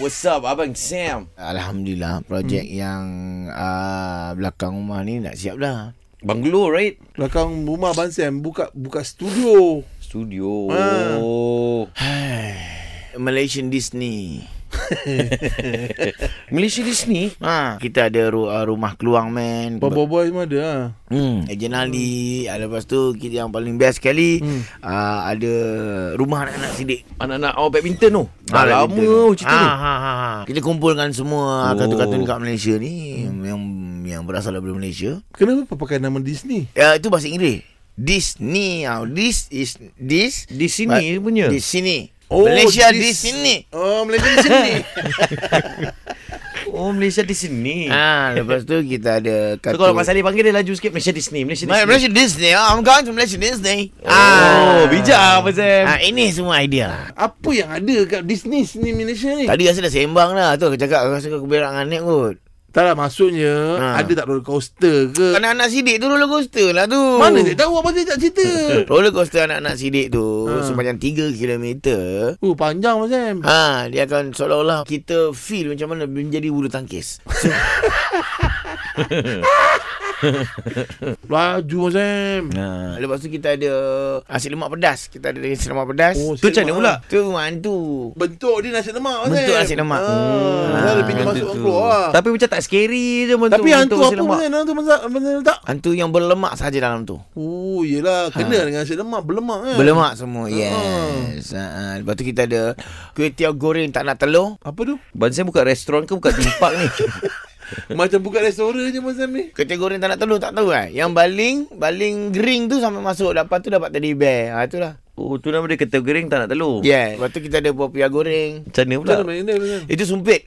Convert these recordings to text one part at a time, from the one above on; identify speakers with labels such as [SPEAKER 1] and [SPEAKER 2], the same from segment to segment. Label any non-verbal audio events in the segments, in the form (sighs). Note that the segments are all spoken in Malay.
[SPEAKER 1] what's up Abang Sam?
[SPEAKER 2] Alhamdulillah projek hmm. yang uh, belakang rumah ni nak siap lah. dah.
[SPEAKER 1] Bungalow right?
[SPEAKER 3] Belakang rumah Abang Sam buka buka studio.
[SPEAKER 1] Studio.
[SPEAKER 3] Ah.
[SPEAKER 1] (sighs)
[SPEAKER 2] Malaysian Disney.
[SPEAKER 1] (laughs) Malaysia Disney.
[SPEAKER 2] Ha, kita ada ru- uh, rumah keluang man.
[SPEAKER 3] Bobo Boy semua ada lah.
[SPEAKER 2] Hmm, Ejen Ali. Hmm. Lepas tu kita yang paling best sekali hmm. uh, ada rumah anak-anak sidik.
[SPEAKER 1] Anak-anak awak badminton tu. Dah
[SPEAKER 2] Ah,
[SPEAKER 1] lama
[SPEAKER 2] badminton.
[SPEAKER 1] oh, cerita
[SPEAKER 2] ah,
[SPEAKER 1] ni.
[SPEAKER 2] ha, ha, ha. Kita kumpulkan semua
[SPEAKER 1] Oh.
[SPEAKER 2] oh. kartun-kartun kat Malaysia ni hmm. yang yang berasal daripada Malaysia.
[SPEAKER 3] Kenapa pakai nama Disney?
[SPEAKER 2] Ya, itu bahasa Inggeris. Disney. ah. This is this
[SPEAKER 1] Di sini
[SPEAKER 2] Ba-
[SPEAKER 1] punya.
[SPEAKER 2] Di sini.
[SPEAKER 3] Oh,
[SPEAKER 2] Malaysia di
[SPEAKER 3] this-
[SPEAKER 2] sini.
[SPEAKER 3] Oh, Malaysia Disney.
[SPEAKER 1] Oh Malaysia di sini.
[SPEAKER 2] Ah, lepas tu kita ada
[SPEAKER 1] So kalau Mas Ali panggil dia laju sikit Malaysia Disney, Malaysia
[SPEAKER 2] Ma-
[SPEAKER 1] Disney.
[SPEAKER 2] Malaysia Disney. Oh, I'm going to Malaysia Disney.
[SPEAKER 1] Oh, bijak Abang Sam.
[SPEAKER 2] Ah, ini semua idea lah.
[SPEAKER 3] (laughs) Apa yang ada kat Disney sini Malaysia ni?
[SPEAKER 2] Tadi rasa dah sembang dah tu aku cakap aku rasa aku berak dengan Nek kot.
[SPEAKER 3] Tak lah maksudnya
[SPEAKER 2] Ha.
[SPEAKER 3] Ada tak roller coaster ke
[SPEAKER 2] Anak-anak sidik tu roller coaster lah tu.
[SPEAKER 3] Mana dia tahu Abang Sam tak cerita (laughs)
[SPEAKER 2] Roller coaster anak-anak sidik tu
[SPEAKER 3] Ha.
[SPEAKER 2] sepanjang 3 km.
[SPEAKER 3] Oh panjang Abang Sam
[SPEAKER 2] Ha, dia akan seolah-olah kita feel macam mana menjadi bulu tangkis.
[SPEAKER 3] Laju Abang Sam
[SPEAKER 1] Nah.
[SPEAKER 2] Lepas tu kita ada nasi lemak pedas. Kita ada nasi lemak pedas.
[SPEAKER 3] Oh,
[SPEAKER 1] Tu macam mana pula?
[SPEAKER 2] tu mantu.
[SPEAKER 3] Bentuk dia nasi lemak Abang
[SPEAKER 2] Bentuk
[SPEAKER 3] Sam.
[SPEAKER 2] nasi lemak.
[SPEAKER 3] ha. Dia lebih dia
[SPEAKER 2] Ah,
[SPEAKER 3] masuk
[SPEAKER 1] Hantu tu.
[SPEAKER 3] keluar lah.
[SPEAKER 1] Tapi macam tak scary je bentuk
[SPEAKER 3] Tapi hantu
[SPEAKER 1] bentuk
[SPEAKER 3] apa
[SPEAKER 1] nasi lemak. Ha.
[SPEAKER 3] Abang Sam Hantu masak Abang Sam letak
[SPEAKER 2] Hantu yang berlemak saja dalam tu.
[SPEAKER 3] Oh yelah Kena dengan nasi lemak Berlemak kan
[SPEAKER 2] Berlemak semua.
[SPEAKER 1] Ha.
[SPEAKER 2] Yes. Ha, lepas tu kita ada kuih tiaw goreng tak nak telur.
[SPEAKER 3] Apa tu
[SPEAKER 1] Abang Sam buka restoran ke buka theme park ni? (laughs)
[SPEAKER 3] Macam buka restoran je Abang Sam ni
[SPEAKER 2] Kuih tiaw goreng tak nak telur tak tahu kan. Yang baling, baling gering tu sampai masuk. Lepas tu dapat teddy bear. Ha, itulah.
[SPEAKER 1] Oh tu nama dia ketel gering tak nak telur.
[SPEAKER 2] Yes. Lepas tu kita ada buah pia goreng.
[SPEAKER 1] Macam mana pula?
[SPEAKER 3] Macam mana dia, Abang Sam
[SPEAKER 2] Itu sumpit.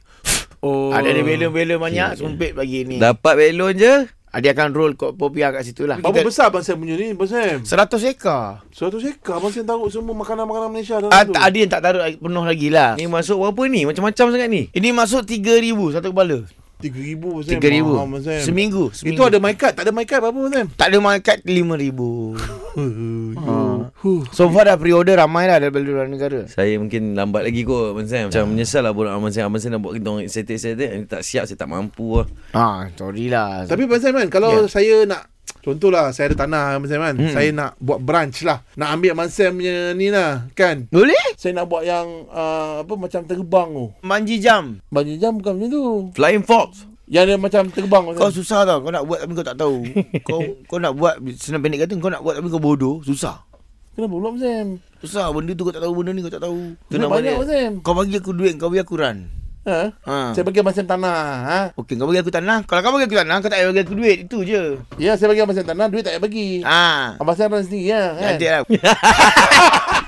[SPEAKER 2] Eh,
[SPEAKER 3] Oh
[SPEAKER 2] Ada ada bela-bela banyak sumpit bagi ni.
[SPEAKER 1] Dapat belon je.
[SPEAKER 2] Ah, Dia akan roll kot popia kat situ lah.
[SPEAKER 3] Berapa
[SPEAKER 2] Kita-
[SPEAKER 3] besar Abang Sam punya ni Abang Sam
[SPEAKER 2] 100 ekor.
[SPEAKER 3] Suatu sekar Abang Sam taruh semua makanan-makanan Malaysia dalam
[SPEAKER 2] Ah,
[SPEAKER 3] tu
[SPEAKER 2] tak ada yang tak taruh penuh lagi lah.
[SPEAKER 1] Ni masuk berapa ni? Macam-macam sangat ni.
[SPEAKER 2] Ini masuk 3000 satu kepala.
[SPEAKER 3] 3,000 Abang
[SPEAKER 2] 3000.
[SPEAKER 3] Sam Mahal, Abang Sam
[SPEAKER 2] Seminggu, seminggu.
[SPEAKER 3] Itu ada mic card Tak ada mic card apa-apa Abang Sam
[SPEAKER 2] tak ada market 5000.
[SPEAKER 3] Huh. Huh.
[SPEAKER 2] So far dah pre-order ramai dah daripada luar negara.
[SPEAKER 1] Saya mungkin lambat lagi kot Abang Sam Macam menyesal lah bola Abang Sam Abang Sam dah buat kita orang excited-excited Ini tak siap saya tak mampu lah
[SPEAKER 2] Ah, sorry lah.
[SPEAKER 3] Tapi Abang Sam kan Kalau yeah. saya nak Contohlah saya ada tanah Abang Sam kan hmm. Saya nak buat branch lah Nak ambil Abang Sam punya ni lah Kan
[SPEAKER 2] boleh?
[SPEAKER 3] Saya nak buat yang uh, Apa macam terbang tu
[SPEAKER 2] Manji jam.
[SPEAKER 3] Banjir jam bukan macam tu
[SPEAKER 1] Flying Fox
[SPEAKER 3] Yang dia macam terbang Abang
[SPEAKER 2] Kau
[SPEAKER 3] Sam.
[SPEAKER 2] susah tau. Kau nak buat tapi kau tak
[SPEAKER 3] (laughs)
[SPEAKER 2] tahu. kau kau nak buat senang pendek kata kau nak buat tapi kau bodoh, susah.
[SPEAKER 3] Kenapa pula Abang Sam
[SPEAKER 2] Susah benda tu kau tak tahu benda ni kau tak tahu.
[SPEAKER 1] Tu
[SPEAKER 3] Duit
[SPEAKER 1] nama
[SPEAKER 3] banyak
[SPEAKER 1] dia.
[SPEAKER 3] Abang Sam
[SPEAKER 2] Kau bagi aku duit, kau bagi aku run.
[SPEAKER 3] ha?
[SPEAKER 2] Ha.
[SPEAKER 3] Saya bagi Abang Sam tanah ha?
[SPEAKER 2] Okey, kau bagi aku tanah. Kalau kau bagi aku tanah, kau tak payah bagi aku duit. Itu je.
[SPEAKER 3] Ya saya bagi Abang Sam tanah Duit tak payah bagi
[SPEAKER 2] Ah.
[SPEAKER 3] Abang Sam run sendiri ya, kan?
[SPEAKER 2] Cantik lah.